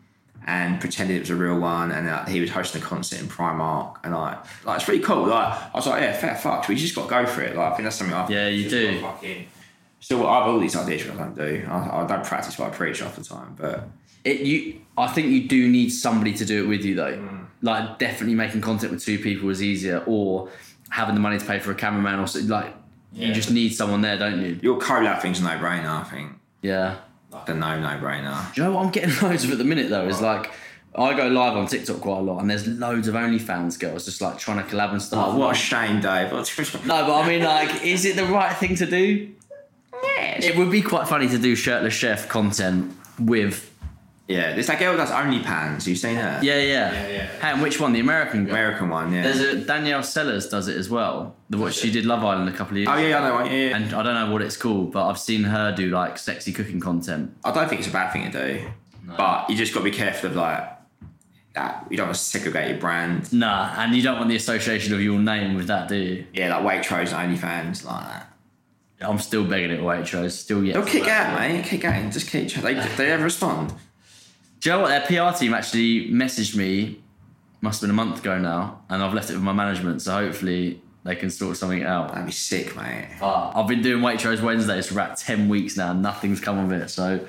A: and pretended it was a real one, and uh, he was hosting a concert in Primark, and like, like it's pretty cool. Like I was like, yeah, fair fuck. We just got to go for it. Like I think that's something. I've
B: Yeah, you
A: just
B: do.
A: gotta Fucking, still, I have all these ideas which I don't do. I, I don't practice what I preach half the time, but
B: It you. I think you do need somebody to do it with you though.
A: Mm.
B: Like definitely making content with two people is easier, or having the money to pay for a cameraman, or so, like you just need someone there, don't you?
A: your collab thing's a no brainer. I think
B: Yeah.
A: like a no no brainer.
B: Do you know what I'm getting loads of at the minute though? Is like I go live on TikTok quite a lot, and there's loads of OnlyFans girls just like trying to collab and stuff.
A: Oh, what a shame, Dave.
B: No, but I mean, like, is it the right thing to do? It would be quite funny to do shirtless chef content with.
A: yeah, there's that girl that's only pans. You seen her?
B: Yeah, yeah. yeah, Hey, and which one? The American girl.
A: American one. Yeah.
B: There's a Danielle Sellers does it as well. The what she did Love Island a couple of years.
A: oh yeah, I know. one, Yeah. yeah.
B: And I don't know what it's called, but I've seen her do like sexy cooking content.
A: I don't think it's a bad thing to do, but you just got to be careful of like that. You don't want to segregate your brand.
B: Nah, and you don't want the association of your name with that, do you?
A: Yeah, like Waitrose and OnlyFans like that.
B: I'm still begging it, Waitrose. Still yet.
A: They'll
B: to
A: kick
B: work
A: out,
B: with.
A: mate. Kick out. and Just keep. They they ever respond.
B: Do you know what? Their PR team actually messaged me, must have been a month ago now, and I've left it with my management, so hopefully they can sort something out.
A: That'd be sick, mate.
B: But I've been doing Waitrose Wednesdays for about 10 weeks now, and nothing's come of it, so.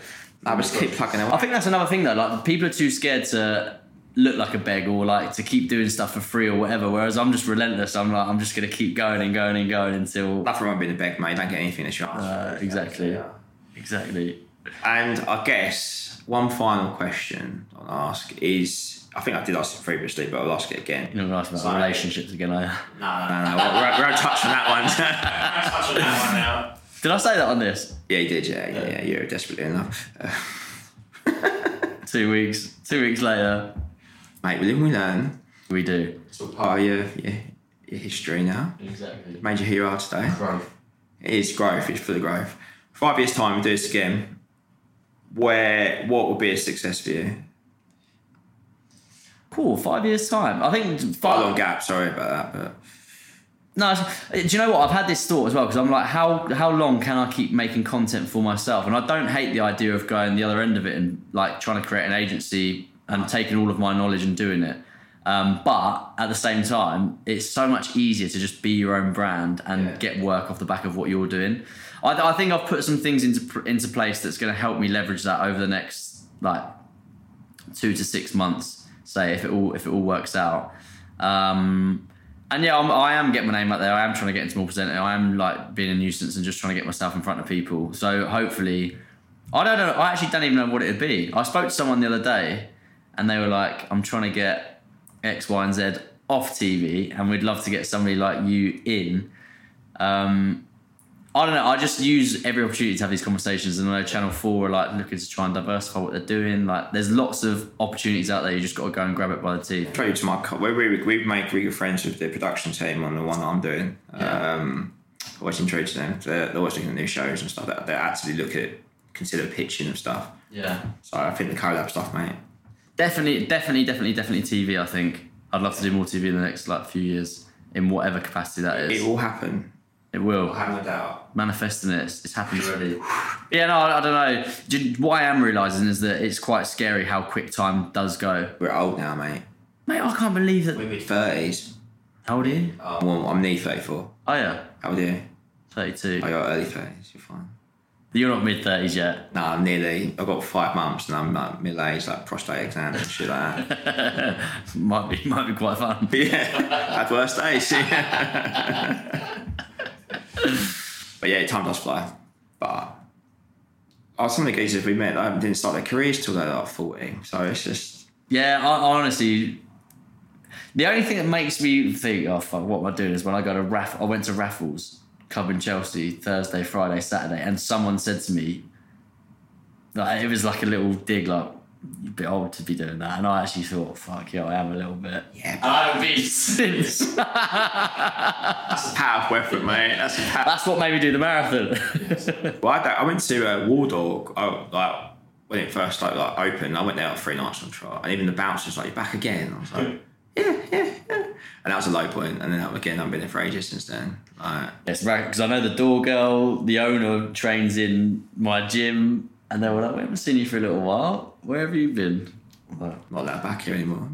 A: I just keep plugging
B: I
A: away.
B: think that's another thing though, like people are too scared to look like a beg or like to keep doing stuff for free or whatever, whereas I'm just relentless. I'm like, I'm just gonna keep going and going and going until.
A: Nothing wrong with being a beg, mate. Don't get anything as you ask.
B: Uh, exactly. Exactly.
A: And I guess one final question I'll ask is I think I did ask it previously, but I'll ask it again.
B: You're not gonna ask about relationships again, are you?
A: No, no, we're, we're, we're touched on that one.
B: Did I say that on this?
A: yeah, you did. Yeah, yeah, yeah. You're desperately in love. Uh,
B: Two weeks. Two weeks later,
A: mate, we live and we learn.
B: we do.
A: part of your, your, your history now.
B: Exactly.
A: Made you who you are today. It is growth, it's full of growth. Five years' time, we do this again. Where, what would be a success for you?
B: Cool. Five years time. I think
A: Quite
B: five.
A: a long gap, sorry about that, but
B: No, it's- eh, do you know what? I've had this thought as well because I'm like, how how long can I keep making content for myself? And I don't hate the idea of going the other end of it and like trying to create an agency and taking all of my knowledge and doing it. Um, but at the same time, it's so much easier to just be your own brand and get work off the back of what you're doing. I, I think I've put some things into pr- into place that's going to help me leverage that over the next like two to six months. Say if it all if it all works out. Um, and yeah, I'm, I am getting my name out there. I am trying to get into more presenting. I am like being a nuisance and just trying to get myself in front of people. So hopefully, I don't know. I actually don't even know what it would be. I spoke to someone the other day, and they were like, I'm trying to get X, Y, and Z off TV, and we'd love to get somebody like you in. Um, I don't know. I just use every opportunity to have these conversations, and I know Channel Four are like looking to try and diversify what they're doing. Like, there's lots of opportunities out there. You just got to go and grab it by the teeth.
A: Trade to my co- we we we make really good friends with the production team on the one that I'm doing. Um, always intrigued to them. They're, they're always looking at new shows and stuff. They, they actually look at consider pitching and stuff.
B: Yeah,
A: So I think the collab stuff, mate.
B: definitely, definitely, definitely, definitely TV. I think I'd love to do more TV in the next like few years in whatever capacity that is.
A: It will happen.
B: It will.
A: I have no doubt.
B: manifesting it. It's, it's happened already. yeah, no, I, I don't know. Do you- What I am realizing is that it's quite scary how quick time does go.
A: We're old now, mate.
B: Mate, I can't believe that.
A: Mid Oh. thirties.
B: How old are you?
A: Well, I'm near thirty-four.
B: Oh yeah,
A: How old are you?
B: thirty-two.
A: I got early thirties. You're fine.
B: You're not mid thirties yet.
A: No, I'm nearly. I've got five months, and I'm like middle aged, like prostate exam and shit like that.
B: Might be, might be quite fun.
A: yeah, at worst days. Yeah. but yeah, time does fly. But I was some of the geezers we met. I didn't start their careers till they were like forty. So it's just
B: Yeah, I, I honestly. The only thing that makes me think, oh fuck, what am I doing? Is when I go to raff, I went to raffles club in Chelsea Thursday, Friday, Saturday, and someone said to me, like it was like a little dig, like you'd be old to be doing that, and I actually thought, fuck yeah, I am a little bit.
A: Yeah,
B: and I haven't been since.
A: powerful effort, mate. That's a powerful.
B: That's what made me do the marathon.
A: Well, I, I went to uh, Wardour, oh, like when it first like, like opened. I went there like three nights on trial, and even the bouncers like, "You back again?" I was like, "Yeah, yeah, yeah." And that was a low point, and then that- again, I've been there for ages since then. Like,
B: Yes, right. Because I know the door girl, the owner, trains in my gym, and they were like, "We haven't seen you for a little while. Where have you been?" I'm like,
A: I'm not allowed back here anymore.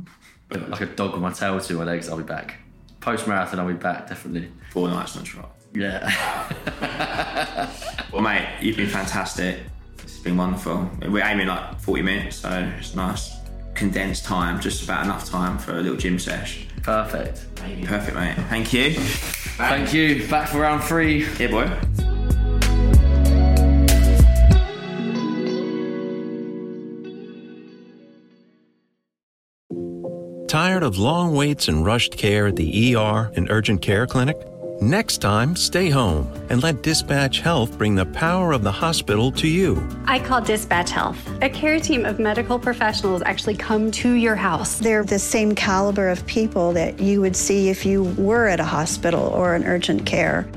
B: like a dog with my tail between my legs. I'll be back. Post marathon, I'll be back definitely.
A: Four nights on trial.
B: Yeah,
A: Well, mate, you've been fantastic. It's been wonderful. We're aiming like 40 minutes, so it's nice condensed time, just about enough time for a little gym sesh.
B: perfect.
A: Perfect, mate. Thank you.
B: Thank you. Back for round three.
A: Yeah, boy.
D: Tired of long waits and rushed care at the ER and urgent care clinic? Next time, stay home and let Dispatch Health bring the power of the hospital to you.
E: I call Dispatch Health. A care team of medical professionals actually come to your house.
F: They're the same caliber of people that you would see if you were at a hospital or an urgent care.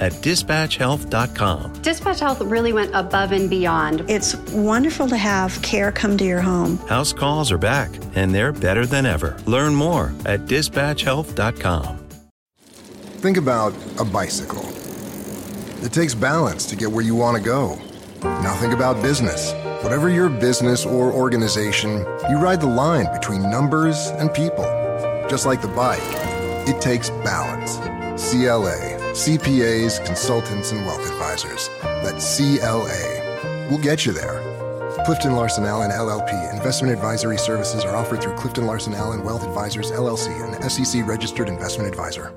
D: at dispatchhealth.com.
E: Dispatch Health really went above and beyond.
F: It's wonderful to have care come to your home.
D: House calls are back, and they're better than ever. Learn more at dispatchhealth.com.
H: Think about a bicycle. It takes balance to get where you want to go. Now think about business. Whatever your business or organization, you ride the line between numbers and people. Just like the bike, it takes balance. CLA, CPAs, consultants, and wealth advisors. That's CLA. We'll get you there. Clifton Larson Allen LLP. Investment advisory services are offered through Clifton Larson Allen Wealth Advisors LLC, an SEC registered investment advisor.